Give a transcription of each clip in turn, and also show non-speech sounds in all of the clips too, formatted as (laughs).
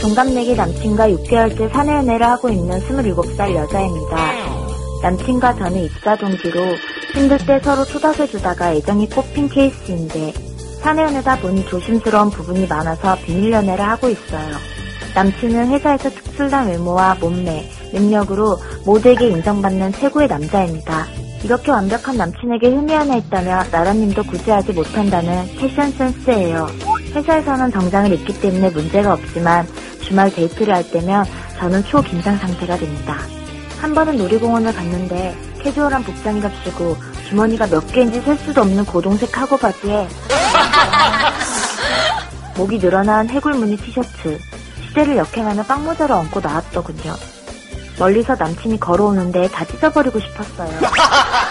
동갑내기 남친과 6개월째 사내 연애를 하고 있는 27살 여자입니다. 남친과 저는 입사 동기로 힘들 때 서로 토닥여주다가 애정이 꽃핀 케이스인데 사내 연애다 보니 조심스러운 부분이 많아서 비밀 연애를 하고 있어요. 남친은 회사에서 특출난 외모와 몸매, 능력으로 모두에게 인정받는 최고의 남자입니다. 이렇게 완벽한 남친에게 흠이 하나 있다며 나라님도 굳이 하지 못한다는 패션 센스예요. 회사에서는 정장을 입기 때문에 문제가 없지만 주말 데이트를 할 때면 저는 초긴장 상태가 됩니다. 한 번은 놀이공원을 갔는데 캐주얼한 복장이 값이고 주머니가 몇 개인지 셀 수도 없는 고동색 하고 바지에 목이 늘어난 해골 무늬 티셔츠, 시대를 역행하는 빵모자를 얹고 나왔더군요. 멀리서 남친이 걸어오는데 다 찢어버리고 싶었어요.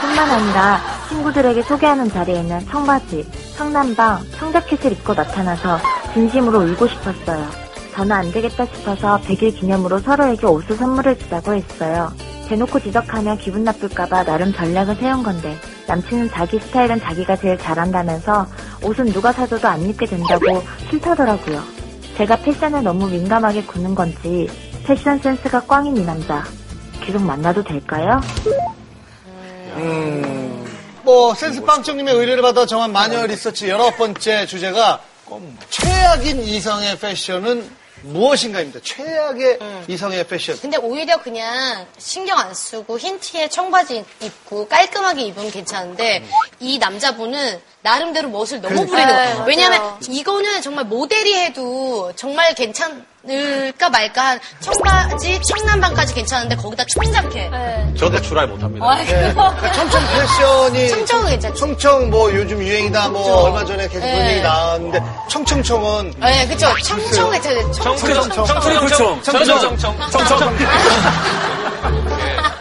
뿐만 아니라 친구들에게 소개하는 자리에 있는 청바지, 청남방, 청자켓을 입고 나타나서 진심으로 울고 싶었어요. 저는 안 되겠다 싶어서 100일 기념으로 서로에게 옷을 선물해주자고 했어요. 대놓고 지적하면 기분 나쁠까봐 나름 전략을 세운 건데 남친은 자기 스타일은 자기가 제일 잘한다면서 옷은 누가 사줘도 안 입게 된다고 싫다더라고요. 제가 패션에 너무 민감하게 구는 건지 패션 센스가 꽝인 이 남자 계속 만나도 될까요? 뭐 센스 빵점님의 의뢰를 받아 정한 마녀 리서치 열아홉 번째 주제가 최악인 이성의 패션은 무엇인가입니다. 최악의 네. 이성의 패션. 근데 오히려 그냥 신경 안 쓰고 흰 티에 청바지 입고 깔끔하게 입으면 괜찮은데 이 남자분은 나름대로 멋을 너무 부리는 거예요. 왜냐하면 이거는 정말 모델이 해도 정말 괜찮을까 말까 한 청바지, 청남방까지 괜찮은데 거기다 청자켓. 네. 저도 출하를 못합니다. 그러니까 청청 패션이 청청은 괜찮죠. 청청 뭐 요즘 유행이다 뭐 얼마 전에 계속 그런 네. 얘기 나왔는데 청청청은 네, 그쵸. 청청 괜찮아요. 청, 청청. 그렇죠. 청청, 청청, 청청, 청청. 아,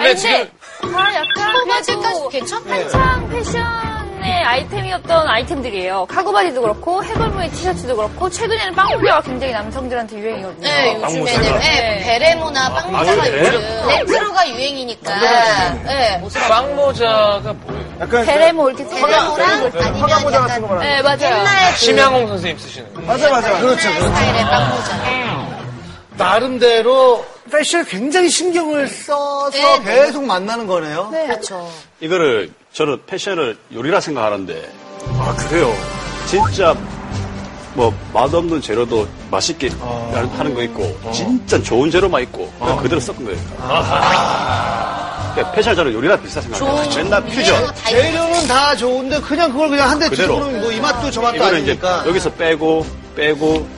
근데 아니, 지금 근데 다 약간 청바지까지 그래도 괜찮아요. 한창 패션의 아이템이었던 아이템들이에요. 카고바디도 그렇고 해골무늬 티셔츠도 그렇고 최근에는 빵꾸가 굉장히 남성들한테 유행이거든요. 네, 요즘에는 모자가. 네, 베레모나 빵모자가 아, 요즘 베레모? 레트로가 유행이니까 네, 빵모자가 뭐예요? 약간 그- 베레모 이렇게 세 베레모랑 아니면 화강모자 약간 같은 거 말하는 네, 맞아요. 네. 옛날 그 심양홍 선생님 쓰시는 거. 맞아 맞아 맞아. 그렇죠. 옛날 스타일의 빵모자. 나름대로 패션에 굉장히 신경을 써서 네, 네. 계속 만나는 거네요. 그렇죠. 이거를 저는 패션을 요리라 생각하는데 아, 그래요? 진짜 뭐 맛없는 재료도 맛있게 아. 하는 거 있고 어. 진짜 좋은 재료만 있고 그냥 그대로 섞은 거예요. 아. 그러니까 패션 저는 요리랑 비슷한 생각이에요. 맨날 네. 퓨전. 다 있- 재료는 다 좋은데 그냥 그걸 그냥 한 대 그대로. 주고는 뭐이 맛도 저 맛도 이거는 이제 아니니까. 여기서 빼고 빼고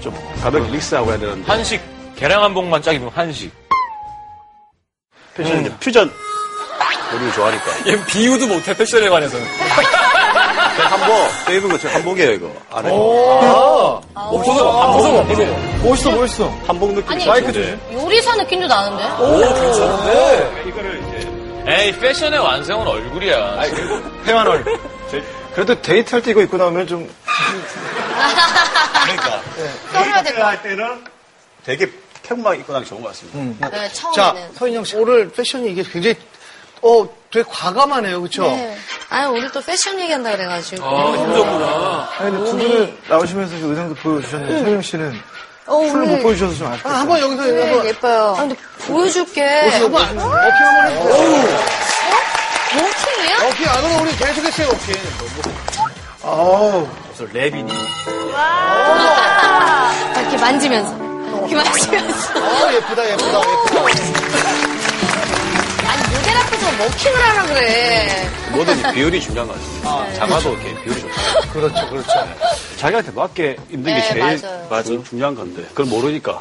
좀 가볍게 믹스하고 해야 되는데 한식. 계량 한복만 짝 입으면 한식. 패션은 이제 퓨전 요리를 좋아하니까. 얘 비유도 못해, 패션에 관해서는. 제 한복, 저 입은 거제 네, 한복이에요 이거. 안에 아. 어, 벗어봐, 벗어봐, 벗어봐. 멋있어 멋있어. 한복 느낌이 아니, 좋은데 마이크 요리사 느낌도 나는데? 오, 괜찮은데? 이거를 이제 에이, 패션의 완성은 얼굴이야. 회만월. 그래도 데이트할 때 이거 입고 나오면 좀 그러니까 썰어야 될 것 같아. 할 때는 되게 평범하게 입고 나기 좋은 것 같습니다. 네, 자, 처음에는. 서인영 씨, 오늘 패션이 이게 굉장히, 어, 되게 과감하네요, 그쵸? 네. 아니, 오늘 또 패션 얘기한다 그래가지고. 아, 힘들구나. 아니 근데 두 분은 나오시면서 그 의상도 보여주셨는데 서영 씨는 어, 풀을 못 오늘 보여주셔서 좀 아쉽다. 아, 한번 여기서, 한번, 예뻐요. 아, 근데 보여줄게. 뭐, 한번, 아! 안- 워킹 한번 해주세요. 워킹이야? 워킹 안 오면 우리 계속했어요, 워킹. 그래서 레빈이 막 이렇게 만지면서. 이렇게 만지면서. 아, 어. 예쁘다, 예쁘다, 예쁘다. 아니, 모델 앞에서 워킹을 하라 그래. 뭐든지 비율이 중요한 것 같습니다. 아, 네. 장화도 이렇게 비율이 좋다. 그렇죠, 그렇죠. 자기한테 맞게 입는 게 네, 제일 맞아요. 맞아요. 중요한 건데 그걸 모르니까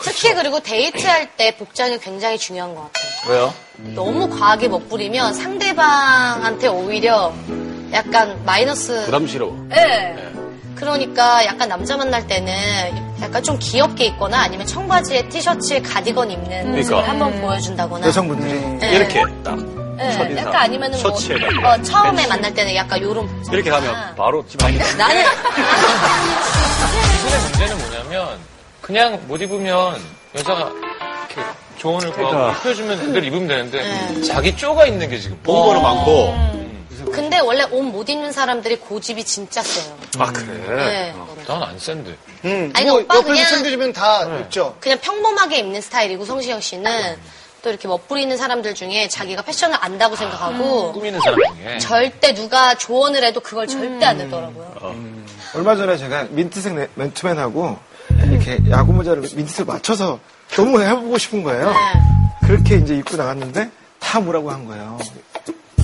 특히 그리고 데이트할 때 복장이 굉장히 중요한 것 같아요. 왜요? 너무 과하게 멋부리면 상대방한테 오히려 약간 마이너스. 부담스러워. 예. 그러니까 약간 남자 만날 때는 약간 좀 귀엽게 입거나 아니면 청바지에 티셔츠에 가디건 입는 모습을 그러니까. 한번 보여준다거나. 여성분들이 예. 이렇게 딱 예, 첫인상. 약간 아니면은 뭐 셔츠에다가 어, 처음에 팬츠. 만날 때는 약간 요런 복장. 이렇게 아. 가면 바로 집안이 나는 근데 문제는 뭐냐면, 그냥 못 입으면 여자가 이렇게 그러니까. 네. 조언을 구하고 입혀주면 그대로 입으면 되는데, 자기 쪼가 있는 게 지금. 음. 본거는 많고 근데 원래 옷 못 입는 사람들이 고집이 진짜 세요. 아 그래. 네. 어, 난 안 센데. 음, 아니, 뭐 오빠 옆에서 그냥- 챙겨주면 다 네. 입죠. 그냥 평범하게 입는 스타일이고 성시경 씨는 또 이렇게 멋부리 있는 사람들 중에 자기가 패션을 안다고 생각하고 음. 꾸미는 사람 중에. 절대 누가 조언을 해도 그걸 절대 안 듣더라고요. 얼마 전에 제가 민트색 네- 맨투맨하고 이렇게 야구 모자를 민트색 맞춰서 너무 해보고 싶은 어. 거예요. 그렇게 이제 입고 나갔는데 다 뭐라고 한 거예요.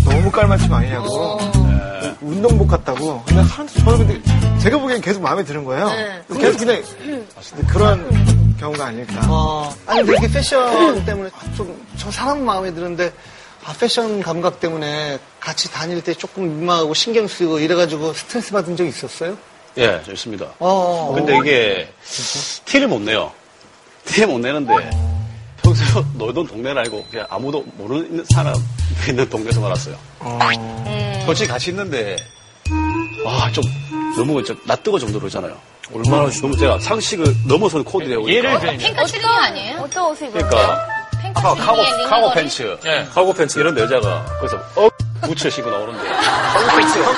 너무 깔맞춤 아니냐고. 네. 운동복 같다고. 근데 한, 저는 근데 제가 보기엔 계속 마음에 드는 거예요. 네. 계속 그냥 그런 경우가 아닐까. 어, 아니 근데 이렇게 패션 때문에 좀 저 사람 마음에 드는데 아, 패션 감각 때문에 같이 다닐 때 조금 민망하고 신경 쓰이고 이래가지고 스트레스 받은 적 있었어요? 예, 좋습니다. 어, 근데 이게 티를 못 내요. 티를 못 내는데 평소에 놀던 동네를 알고 그냥 아무도 모르는 사람 있는 동네에서 살았어요. 솔직히 같이 있는데 와 좀 너무 좀 낯뜨거 정도로잖아요. 얼마나 너무 제가 상식을 넘어서는 코디에 오니까 예를 들면. 핑크 트리 아니에요? 어떤 옷을 입어요? 그러니까 아까 카고 링이 링이 카고 거리? 팬츠, 예. 카고 팬츠 이런 여자가 거기서 어 부츠 신고 나오는데 카고 팬츠, 어,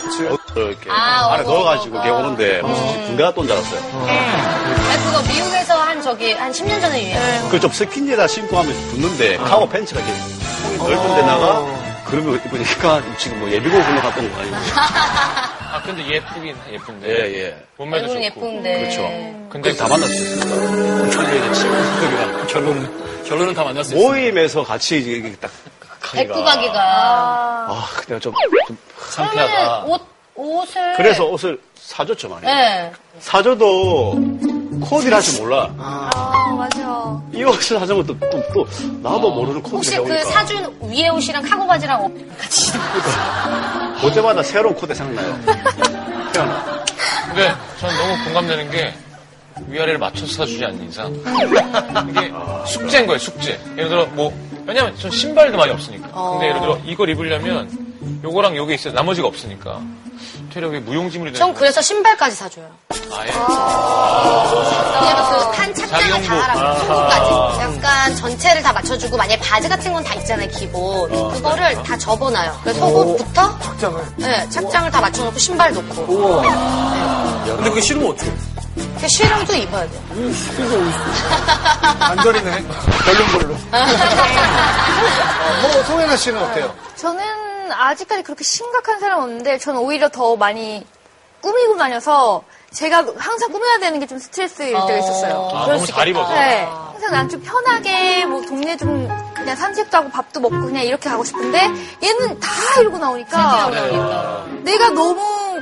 부츠 어, 이렇게 아, 안에 어구, 넣어가지고 어구. 걔 오는데 무슨 군대 갔다 온 줄 알았어요. 아, 그거 미국에서 한 저기 한 10년 전에 유행. 그걸 좀 스킨에다 신고 하면 붙는데 카고 팬츠가 이렇게 통이 넓은 데다가 그러면 입으니까 (laughs) 지금 뭐 예비고 군대 갔던 거 아니고 (laughs) 아, 근데 예쁘긴 해, 예쁜데. 예예 몸매도 좋고. 얼굴은 예쁜데. 그렇죠 근데 근데 다 만날 수 있습니다 근데 이제 친구들이랑 결론은, 결론은 다 만날 수 있어. 모임에서 같이 이게 딱 가기가 백구 가기가. 네. 아 내가 좀, 좀 그러면 상쾌하다 옷, 옷을. 그래서 옷을 사줬죠 많이 네. 사줘도 코디를 할 줄 몰라 아, 맞아. 이 옷을 하자면 또, 또, 또 나도 모르는 혹시 코디를 그 해보니까 사준 위에 옷이랑 카고 바지랑 옷 같이. 볼 때마다 새로운 코디 생각나요 태어나 근데 전 너무 공감되는 게 위아래를 맞춰서 사주지 않는 이상. 이게 숙제인 거예요, 숙제. 예를 들어 뭐, 왜냐면 전 신발도 많이 없으니까. 근데 예를 들어 이걸 입으려면 요거랑 요게 있어요. 나머지가 없으니까. 되려 그게 무용지물이 되는 전 거예요. 그래서 신발까지 사줘요. 아예. 왜냐면 그탄 착장을 자기용도. 다 알아. 속까지. 약간 전체를 다 맞춰주고, 만약에 바지 같은 건 다 있잖아요, 기본. 그거를 다 접어놔요. 그래서 속옷부터. 착장을? 네, 착장을 다 맞춰놓고 신발 놓고. 근데 그게 싫으면 어떡해? 그 실용도 입어야 돼요. (laughs) (laughs) 안절이네. 별론걸로. 뭐 송혜나 씨는 어때요? 저는 아직까지 그렇게 심각한 사람 없는데, 저는 오히려 더 많이 꾸미고 다녀서, 제가 항상 꾸며야 되는 게 좀 스트레스일 때가 있었어요. 아, 너무 잘 입어서. 네. 항상 난 좀 편하게 뭐 동네 좀 그냥 산책도 하고 밥도 먹고 그냥 이렇게 가고 싶은데 얘는 다 이러고 나오니까 네. 내가 너무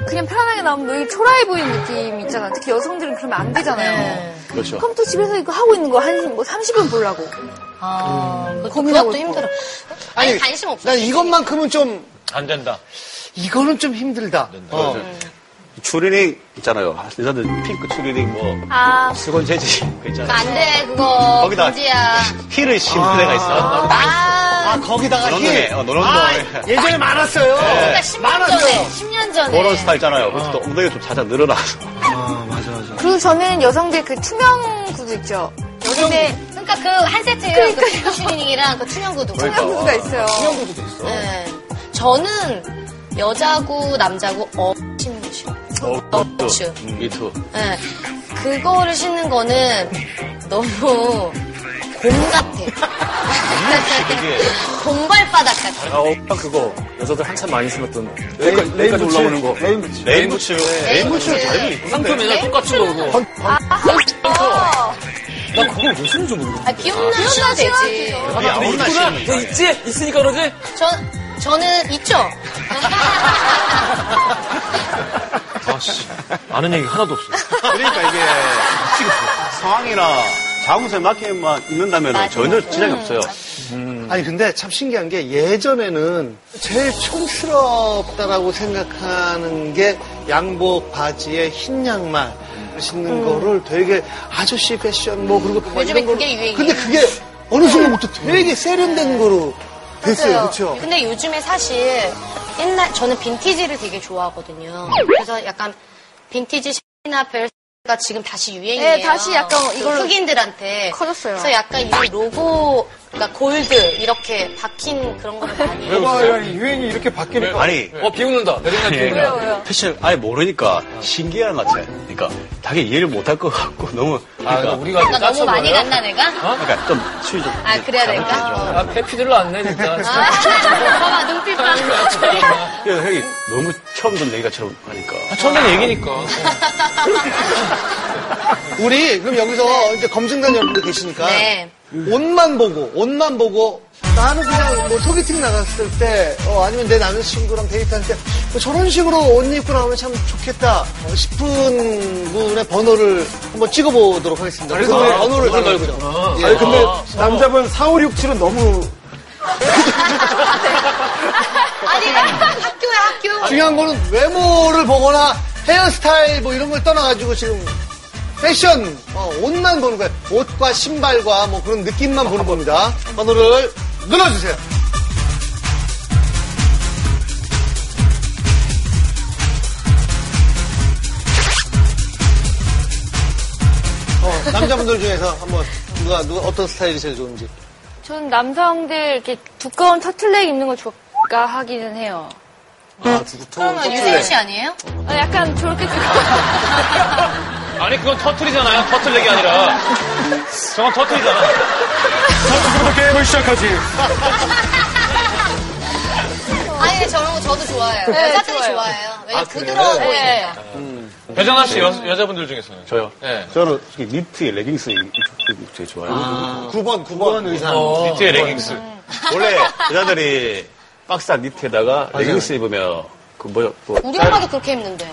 그냥 편하게 나오면 너무 초라해 보이는 느낌 있잖아. 특히 여성들은 그러면 안 네. 되잖아요. 그렇죠 그럼 또 집에서 이거 하고 있는 거 한 뭐 30분 보려고. 음. 아, 그것도- 고민하고 그것도 있고. 힘들어. 아니, 관심 없어. 난 이것만큼은 좀 안 된다. 이거는 좀 힘들다. 네, 어. 추리닝 있잖아요. 여자들 핑크 추리닝 뭐 아, 수건 재지 그 있잖아요. 안 돼, 그거. 거기다 네. 금지야. 힐을 신는 애가 있어. 아, 아 거기다가 노는 힐. 애, 어, 노는 아, 거. 네. 예전에 많았어요. 그러니까 10년 전에. 10년 전에. 그런 스타일 있잖아요. 그래서 또 엉덩이가 좀 살짝 늘어나서. 그리고 저는 여성들 그 투명 구두 있죠. 여름에 그러니까 그 한 세트예요. 그 핑크 슈리닝이랑 그 투명 구두. 투명 그러니까. 구두가 있어요. 네. 저는 여자고 남자고 어 신는 거 어, 그렇죠. 미투. 네. 그거를 신는 거는 너무 곰 같아. 아, 이게. (laughs) 곰발바닥 같아. 아, 오빠 그거 여자들 한참 많이 신었던 그러니까 레인 여기까지 부츠. 올라오는 거. 레인 부츠. 레인 부츠. 레인 부츠를 잘 입는 입고 상표 맨날 똑같은 거고. 아, 나 그걸 왜 신는지 모르겠어. 아, 비온나 신어도 되지. 야, 아무나 신는 너 있지? 있으니까 그러지? 저, 저는 있죠? (laughs) 아씨. 아는 얘기 하나도 없어. 그러니까 이게 상황이나 자궁세 맡기만 입는다면 전혀 지장이 음. 없어요. 아니 근데 참 신기한 게 예전에는 제일 촌스럽다라고 생각하는 게 양복 바지에 흰 양말 신는 거를 되게 아저씨 패션 뭐 그리고 막 음. 요즘에 이런 걸로. 그게 유행이에요. 네. 근데 그게 어느 순간부터 되게 세련된 거로 됐어요, 그렇죠? 근데 요즘에 사실 옛날 저는 빈티지를 되게 좋아하거든요. 그래서 약간 빈티지 샤이나 벨가 지금 다시 유행이에요. 네, 다시 약간 그 이걸로 흑인들한테 커졌어요. 그래서 약간 이 로고 그러니까 골드 이렇게 박힌 그런 거를 많이 모바일 유행이 이렇게 네. 바뀌니까 아니, 그러니까 어, 비 웃는다. 내린다 왜요, 기분이야. 왜요? 패션 아예 모르니까 신기한 것 같아. 그러니까 자기 이해를 못할 것 같고 너무 그러니까, 아, 그러니까 우리가 나 너무 짜쳐 많이 보여요? 갔나 내가? 그러니까 좀 수위 좀 아 그래야 잘못 될까? 되죠. 아, 패피들로 안 내, 진짜. 아, 봐봐 눈빛 봐. 그래서 형이 너무 처음 듣는 얘기처럼 하니까 아, 처음엔 얘기니까. 우리 그럼 여기서 이제 검증단 여러분들 계시니까 네. 옷만 보고 옷만 보고 나는 그냥 뭐 소개팅 나갔을 때 어, 아니면 내 남자친구랑 데이트할 때 뭐 저런 식으로 옷 입고 나오면 참 좋겠다 어, 싶은 분의 번호를 한번 찍어보도록 하겠습니다. 그래서 번호를 달라고요. 아니 근데 어. 남자분 4, 5, 6, 7은 너무 (laughs) 아니 학교야 학교. 중요한 거는 외모를 보거나 헤어스타일 뭐 이런 걸 떠나가지고 지금 패션 어, 옷만 보는 거예요. 옷과 신발과 뭐 그런 느낌만 보는 겁니다. 번호를 눌러주세요. 어, 남자분들 중에서 한번 누가 누가 어떤 스타일이 제일 좋은지. 전 남성들 이렇게 두꺼운 터틀넥 입는 거 좋아하기는 해요. 그러면 유세윤 씨 아니에요? 아, 약간 저렇게 두꺼운. (laughs) 아니, 그건 터틀이잖아요. 터틀 얘기 아니라. 저건 터틀이잖아. 게임을 시작하지. 아니 저런 거 저도 좋아해요. 네, 여자들이 좋아요. 좋아해요. 네. 왜냐 부드러워 보이니까. 배정아 씨, 여, 여자분들 중에서는. 저요. 네. 저는 솔직히 니트에 레깅스 입는 거 되게 좋아요. 9번 아, 9번 의상. 어. 니트의 레깅스. 원래 여자들이 박스한 니트에다가 레깅스 입으면 그 뭐야 뭐 우리 엄마도 그렇게 입는데.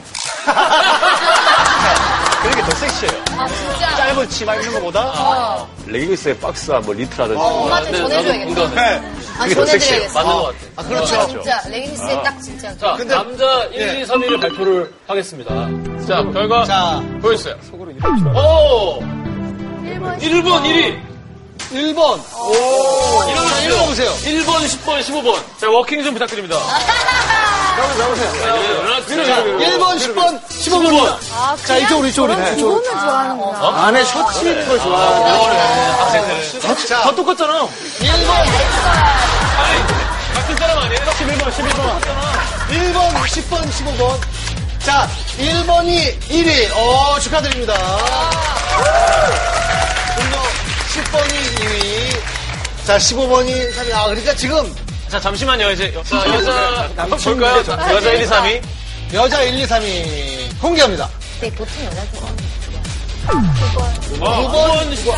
그런 게 더 섹시해요. 아 진짜. 짧은 치마 입는 거보다 레깅스에 박스한 뭐 니트라든지 어, 엄마한테 전해줘야겠다. 아 네. 그게 더 전해드려야겠어. 맞는 것 같아. 아 그렇죠. 아, 진짜 레깅스에 딱 진짜. 자, 근데- 남자 1, 2, 3위를 발표를 하겠습니다. 자, 결과 자 보여주세요. 오! 1번, 1위! 1번. 일어나세요. 오. 일어나보세요. 1번, 10번, 15번. 자, 워킹 좀 (laughs) 부탁드립니다. 나오세요. 나오세요. 1번 10번 15번입니다. 자 이쪽으로 이쪽으로. 이쪽으로. 네. 저는 좋아하는구나. 어? 안에 셔츠 입는 걸 좋아하고. 자, 다 똑같잖아요. 1번, 10번, 15번. 자, 1번이 1위. 어, 축하드립니다. 그리고 10번이 2위. 자, 15번이 3위. 아, 그러니까 지금 자, 잠시만요. 이제 여- 자, 여자 한번 볼까요? 남친인데, 여자 1, 2, 3위. 여자 1, 2, 3위 공개합니다. 근데 보통 여자들. 9번, 어, 14번, 15번.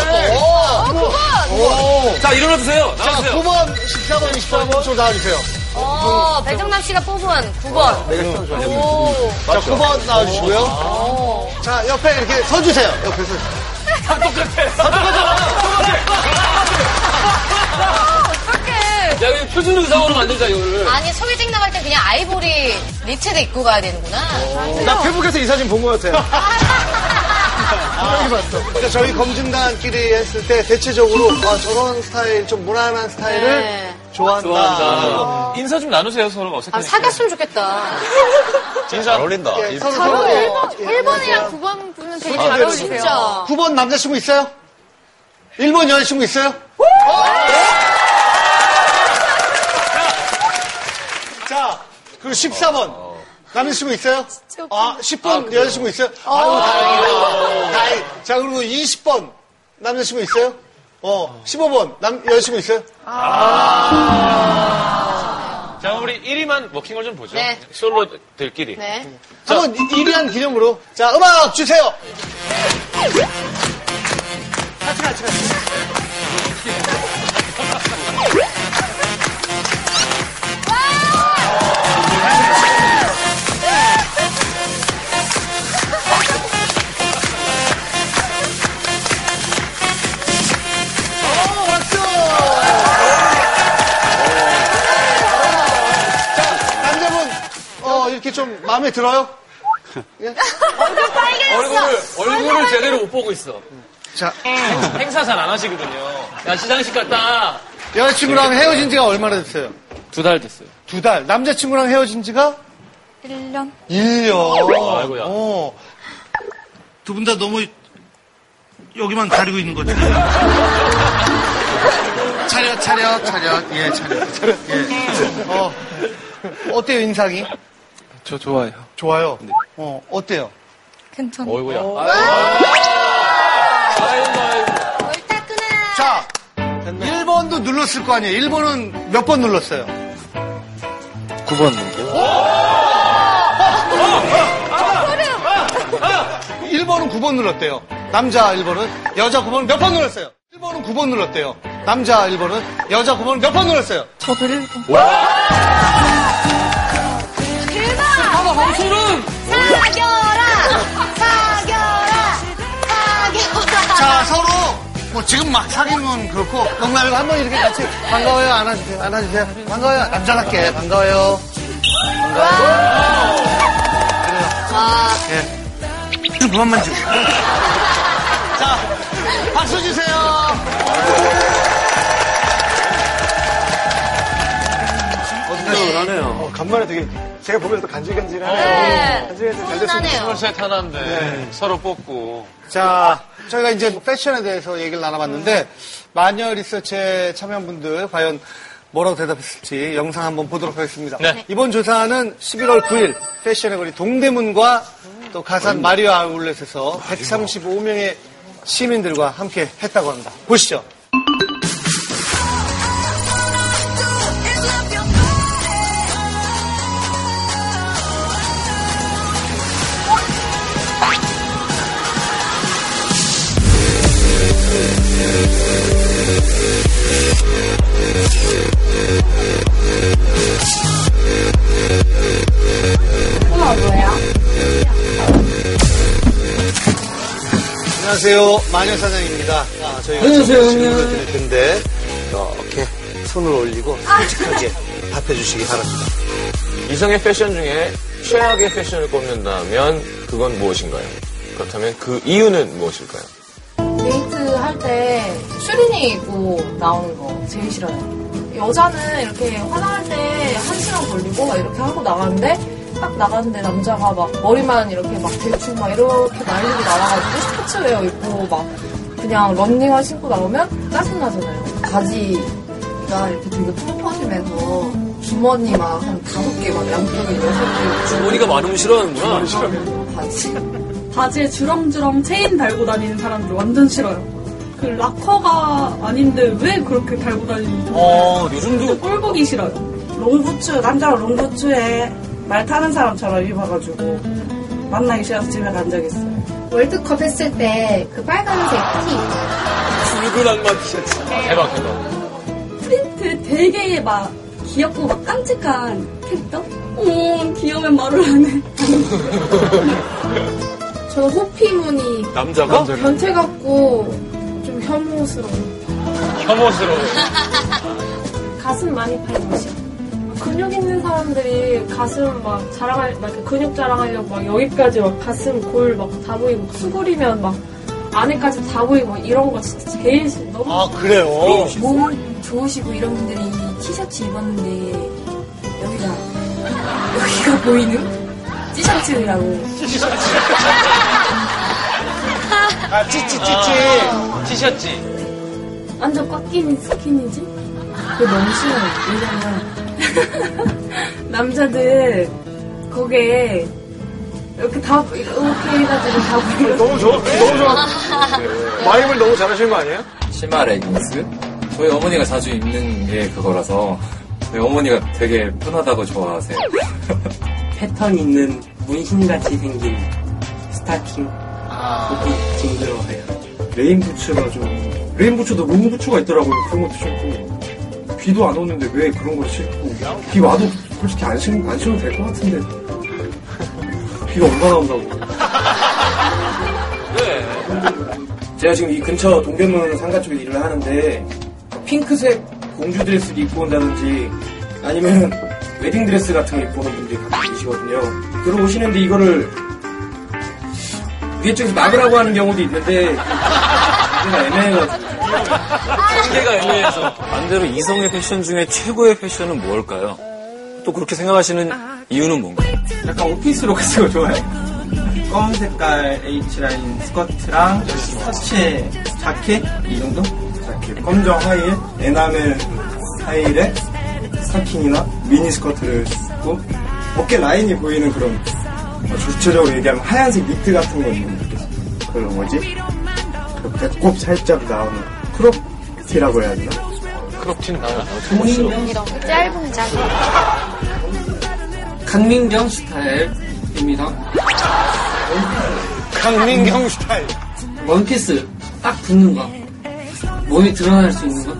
아, 오, 오. 자, 일어나주세요. 자, 나와주세요. 9번, 14번, 20번 좀 나와주세요. 어 배정남 씨가 뽑은 9번. 자, 9번 나와주시고요. 자, 옆에 이렇게 서주세요. 옆에 서주세요. 야, 이거 표준 의상으로 만들자, 이거를. 아니 소개팅 나갈 때 그냥 아이보리 니트를 입고 가야 되는구나. 나 페북에서 이 사진 본 것 같아요. 그러니까 저희 검증단끼리 했을 때 대체적으로 아, 저런 스타일 좀 무난한 스타일을 네. 좋아한다. 아, 인사 좀 나누세요, 서로가 아 어색하니까. 사귀었으면 좋겠다. 잘 어울린다. 예, 서로 서로 어, 예, 1번, 이랑 안녕하세요. 9번 분은 되게 잘 어울리세요. 진짜. 9번 남자친구 있어요? 1번 여자친구 있어요? 네? 어? 자, 그리고 14번. 남자친구 있어요? 아, 10번 여자친구 있어요? 아유, 다행이다. 다행. 자, 그리고 20번 남자친구 있어요? 어, 15번 남, 여자친구 있어요? 자, 그럼 우리 1위만 워킹을 좀 보죠. 네. 솔로들끼리. 네. 한번 1위한 기념으로. 자, 음악 주세요! 남자분, 어, 이렇게 좀 마음에 들어요? 얼굴을, 얼굴을 제대로 못 보고 있어. 자, 행사 잘 안 하시거든요. 야, 시상식 갔다. 여자친구랑 헤어진 지가 얼마나 됐어요? 두 달 됐어요. 두 달. 남자친구랑 헤어진 지가 1년? 1년. 아이고야. 어. 두 분 다 너무 여기만 가리고 있는 거죠? (laughs) 차렷, 차렷, 차렷. 예, 차렷, 차렷. 예. 어, 어때요, 인상이? 저 좋아요. 네. 좋아요. 어, 어때요? 괜찮아. 어이구야. 옳다구나. 자, 1번도 눌렀을 거 아니에요. 1번은 몇 번 눌렀어요? 9번 누구? 1번은 9번 눌렀대요. 남자 1번은 여자 9번은 몇 번 눌렀어요? 1번은 9번 눌렀대요. 남자 1번은 여자 9번은 몇 번 눌렀어요? 저도 1번. 사겨라! 사겨라! 사겨라! 아, 자, 서로 뭐 지금 막 사귀면 그렇고 영남이가 한번 이렇게 같이 반가워요 안아주세요 안아주세요 반가워요 남자답게 반가워요 반가워요 그래요 예. 좀 그만 만지고 자 박수 주세요 어, 간만에 되게 제가 보면서 간질간질하네요. 네. 간질간질 잘 됐습니다. 훈훈하네요. 셋 하나인데 서로 뽑고 자, 저희가 이제 뭐 패션에 대해서 얘기를 나눠봤는데, 마녀 리서치에 참여한 분들, 과연 뭐라고 대답했을지 영상 한번 보도록 하겠습니다. 네. 이번 조사는 11월 9일 패션의 거리 동대문과 또 가산 마리오 아울렛에서 135명의 시민들과 함께 했다고 합니다. 보시죠. 안녕하세요. 마녀 사장입니다. 아, 저희가 안녕하세요. 질문을 드릴 텐데, 이렇게 손을 올리고 솔직하게 답해주시기 바랍니다. 이성의 패션 중에 최악의 패션을 꼽는다면 그건 무엇인가요? 그렇다면 그 이유는 무엇일까요? 데이트 할 때 슈리니 입고 나오는 거 제일 싫어요. 여자는 이렇게 화장할 때 한 시간 걸리고 막 이렇게 하고 나가는데 딱 나갔는데 남자가 막 머리만 이렇게 막 대충 막 이렇게 날리고 나와가지고 스포츠웨어 입고 막 그냥 런닝화 신고 나오면 짜증나잖아요. 바지가 이렇게 되게 통 퍼지면서 주머니 막 한 다섯 개 막 양쪽에 여섯 머리가 많으면 싫어하는구나. 개 주머니 바지. 바지에 주렁주렁 체인 달고 다니는 사람들 완전 싫어요. 그 락커가 아닌데 왜 그렇게 달고 다니는지 어, 요즘도 꼴보기 싫어요. 롱부츠 남자가 롱부츠에 말 타는 사람처럼 입어가지고 만나기 싫어서 집에 간 적 있어요. 월드컵 했을 때 그 빨간색 티 붉은 악마 티셔츠. 대박 대박. 프린트 되게 막 귀엽고 막 깜찍한 캐릭터? 오 귀여우면 말을 안 해. (laughs) 저는 호피무늬 남자가? 변태 같고 좀 혐오스러운 혐오스러워. 가슴 많이 파는 옷이요. 근육 있는 사람들이 가슴 막 자랑할 막 이렇게 근육 자랑하려고 막 여기까지 막 가슴 골 막 다 보이고 수그리면 막 안에까지 다 보이고 막 이런 거 진짜 제일 싫어. 너무 아, 그래요? 몸 좋으시고 이런 분들이 티셔츠 입었는데 여기가 여기가 보이는 티셔츠라고 아, 찌찌찌찌. 티셔츠. 완전 꽉 끼는 스킨이지? 그거 너무 싫어요. 왜냐면 (laughs) 남자들 거기에 이렇게 다 이렇게 해가지고 다 보이는 너무 좋아. 너무 좋아. 마임을 너무 잘하시는 거 아니에요? 치마 레깅스? 저희 어머니가 자주 입는 게 그거라서 저희 어머니가 되게 편하다고 좋아하세요. 패턴 있는 문신같이 생긴 스타킹 그것도 징그러워해요 아. 레인 부츠가 좀 레인 부츠도 롱 부츠가 있더라고요. 그런 것도 싫고 비도 안 오는데 왜 그런 걸 싫고 비 와도 솔직히 안 신고 안 신어도 될 것 같은데 비가 얼마나 온다고. 제가 지금 이 근처 동대문 상가 쪽에 일을 하는데 핑크색 공주 드레스를 입고 온다든지 아니면 웨딩 드레스 같은 걸 입고 오는 분들이 가끔 계시거든요. 그러고 오시는데 이거를 위에 쪽에서 막으라고 하는 경우도 있는데 제가 애매해가지고 시계가 애매해서. 반대로 이성의 패션 중에 최고의 패션은 뭘까요? 또 그렇게 생각하시는 이유는 뭔가요? 약간 오피스로 같은 거 좋아해요 검은 색깔 H라인 스커트랑 스타치에 자켓 이 정도? 부탁해요. 검정 하일, 에나멜 하일에 스타킹이나 미니스커트를 입고 어깨 라인이 뭐 보이는 그런 어, 구체적으로 얘기하면 하얀색 니트 같은 거 입는 느낌. 그런 뭐지? 그 배꼽 살짝 나오는 크롭티라고 해야 되나? 크롭티는 나요. 이런 짧은 짧은. 강민경 스타일입니다. 강민경 스타일. 원피스 딱 붙는 거. 몸이 드러날 수 있는 거.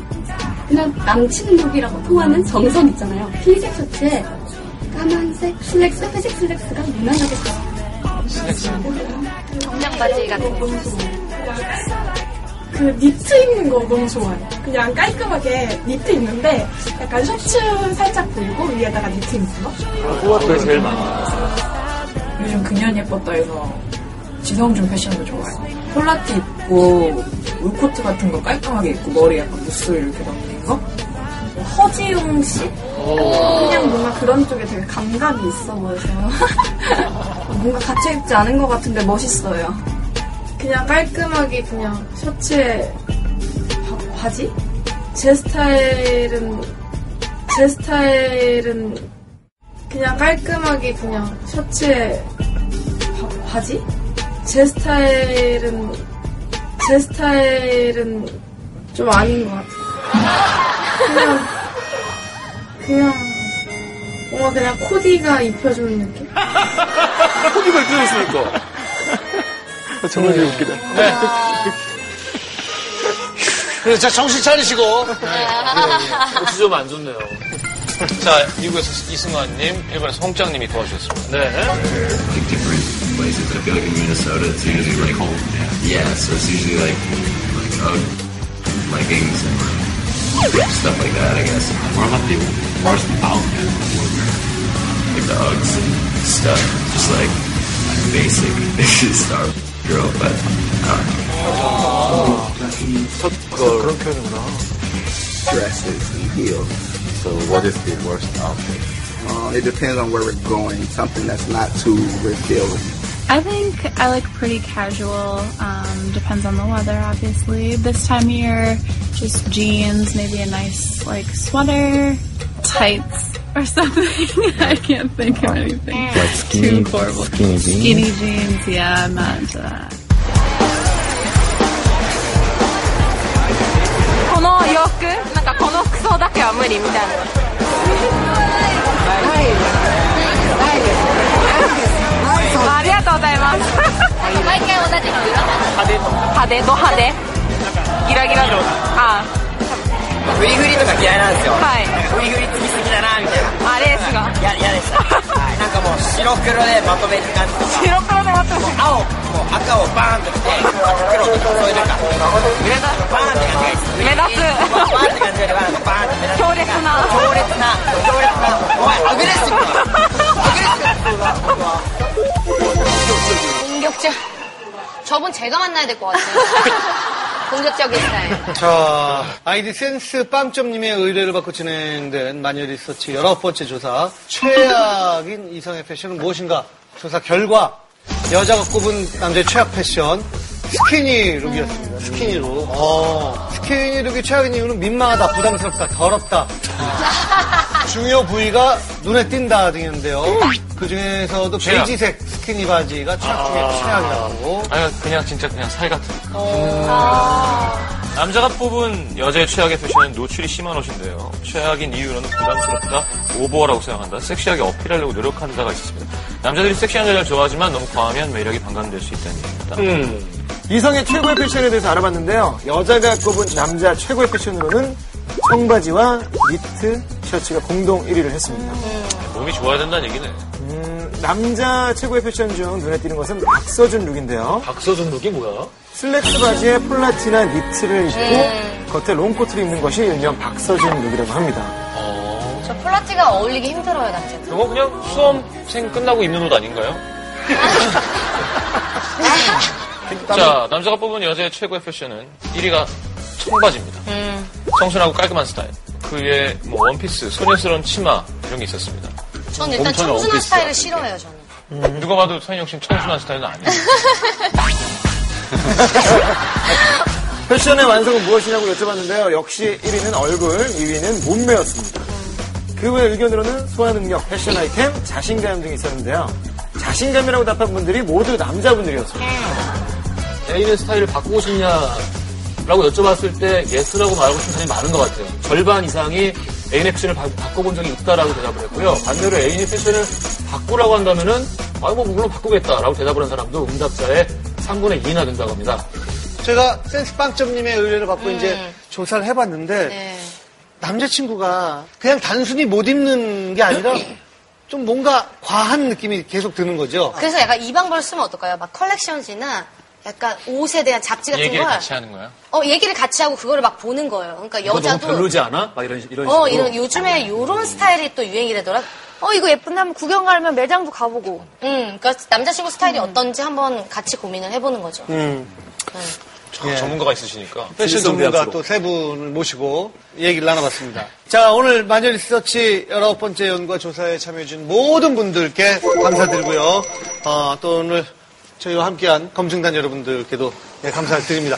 그냥 남친룩이라고 통하는 정선 있잖아요. 흰색 셔츠에 까만색 슬랙스, 회색 슬랙스가 무난하게 정장 바지 같은 거. 그 니트 입는 거 너무 좋아요. 그냥 깔끔하게 니트 입는데 약간 셔츠 살짝 들고 위에다가 니트 입는 거? 그게 제일 많아. 요즘 그년 예뻤다 해서 지성준 패션도 좋아해. 폴라티 입고 울코트 같은 거 깔끔하게 입고 머리 약간 무스 이렇게 막된 거? 허지웅 씨? 그냥 뭔가 그런 쪽에 되게 감각이 있어 보여서 (laughs) 뭔가 갇혀 입지 않은 것 같은데 멋있어요. 그냥 깔끔하게 그냥 셔츠에 바, 바지? 제 스타일은 제 스타일은 그냥 깔끔하게 그냥 셔츠에 바, 바지? 제 스타일은 제 스타일은 좀 아닌 것 같아요. 그냥 그냥 뭔가 그냥 코디가 입혀주는 느낌? 코디가 들어있으니까. 정말 웃기다. 그래서 자, 정신 차리시고. 혹시 좀 안 좋네요. (laughs) 자, 미국에서 이승환님, 일본에서 홍장님이 도와주셨습니다. 네. different places. I feel like in Minnesota, it's usually like cold. Yeah, so it's usually like like UGG leggings and stuff like that. I guess. What about the worst out Like the UGGs and stuff, just like basic basic star girl, but I don't know. 그런 표현이구나. dresses and heels. So what is the worst outfit? Uh, it depends on where we're going. Something that's not too revealing. I think I like pretty casual. Um, depends on the weather, obviously. This time of year, just jeans, maybe a nice like sweater, tights or (laughs) something. I can't think of anything too horrible. skinny Skinny jeans, yeah, I'm not uh, into that. この洋服なんかこの服装だけは無理みたいなありがとうございます毎回同派じ手派手ド派手ギラギラあフリフリとか嫌いなんですよはいフリフリつきすぎだなみたいなあれですがや嫌でした、はい、なんかもう白黒でまとめる感じとか白黒でまとめる青もう赤をバーンときて黒とかそういうなんか目立つバーンって感じ目立つがいいですバーンって感じよりはなんかバーンって目立つ強烈な強烈な強烈なお前アグレッシブだアグレッシブだ 공격적. 저분 제가 만나야 될 것 같아요. 공격적인 스타일. 자, 아이디 센스 빵점님의 의뢰를 받고 진행된 마녀 리서치 열아홉 번째 조사. 최악인 이성의 패션은 무엇인가? 조사 결과. 여자가 꼽은 남자의 최악 패션. 스키니 룩이었습니다. 스키니 룩. 어, 스키니 룩이 최악인 이유는 민망하다, 부담스럽다, 더럽다. 중요 부위가 눈에 띈다 등이었는데요. 그 중에서도 최악. 아. 베이지색 스키니 바지가 최악 중에 최악이라고. 아니, 그냥 진짜 그냥 살 같은. 어. 남자가 뽑은 여자의 최악의 패션은 노출이 심한 옷인데요. 최악인 이유는 부담스럽다, 오버라고 생각한다, 섹시하게 어필하려고 노력한다가 있습니다. 남자들이 섹시한 여자를 좋아하지만 너무 과하면 매력이 반감될 수 있다는 얘기입니다. 이성의 최고의 패션에 대해서 알아봤는데요. 여자가 꼽은 남자 최고의 패션으로는 청바지와 니트 셔츠가 공동 1위를 했습니다. 음, 몸이 좋아야 된다는 얘기네. 남자 최고의 패션 중 눈에 띄는 것은 박서준 룩인데요. 박서준 룩이 뭐야? 슬랙스 바지에 폴라티나 니트를 입고 음. 겉에 롱코트를 입는 것이 일명 박서준 룩이라고 합니다. 어. 저 폴라티가 어울리기 힘들어요, 남자들. 저거 그냥 수험생 끝나고 입는 옷 아닌가요? 자, 남자가 뽑은 여자의 최고의 패션은 1위가 청바지입니다. 청순하고 깔끔한 스타일. 그의 뭐 원피스, 소녀스러운 치마 이런 게 있었습니다. 전 일단 봄철은 청순한 원피스. 스타일을 싫어해요, 저는. 누가 봐도 선영 씨는 청순한 스타일은 아니에요. 패션의 완성은 무엇이냐고 여쭤봤는데요. 역시 1위는 얼굴, 2위는 몸매였습니다. 그 외 의견으로는 소화 능력, 패션 아이템, 자신감 등이 있었는데요. 자신감이라고 답한 분들이 모두 남자분들이었습니다. 개인의 스타일을 바꾸고 싶냐라고 여쭤봤을 때 예스라고 말하고 싶은 사람이 많은 것 같아요. 절반 이상이 애인의 패션을 바, 꿔본 적이 있다라고 대답을 했고요. 반대로 애인의 패션을 바꾸라고 한다면은 아, 뭐 물론 바꾸겠다라고 대답을 한 사람도 응답자의 3분의 2나 된다고 합니다. 제가 센스빵점님의 의뢰를 받고 음. 이제 조사를 해봤는데 네. 네. 남자친구가 그냥 단순히 못 입는 게 아니라 좀 뭔가 과한 느낌이 계속 드는 거죠. 그래서 약간 이 방법을 쓰면 어떨까요? 막 컬렉션지나 약간 옷에 대한 잡지 같은 얘기를 걸 같이 하는 거야? 어, 얘기를 같이 하고 그거를 막 보는 거예요. 그러니까 이거 너무 여자도 뭐 별로지 않아? 막 이런 이런 식으로. 아. 어, 이런 요즘에 요런 스타일이 또 유행이라더라. 어, 이거 예쁜데 한번 구경 가면 매장도 가보고. 음, 그러니까 남자친구 스타일이 어떤지 한번 같이 고민을 해보는 거죠. 음. 네. 저- 전문가가 있으시니까. 패션 전문가 또 세 분을 모시고 얘기를 나눠봤습니다. 자, 오늘 마녀 리서치 19번째 연구와 조사에 참여해준 모든 분들께 감사드리고요. 어, 또 오늘 저희와 함께한 검증단 여러분들께도 예, 감사드립니다.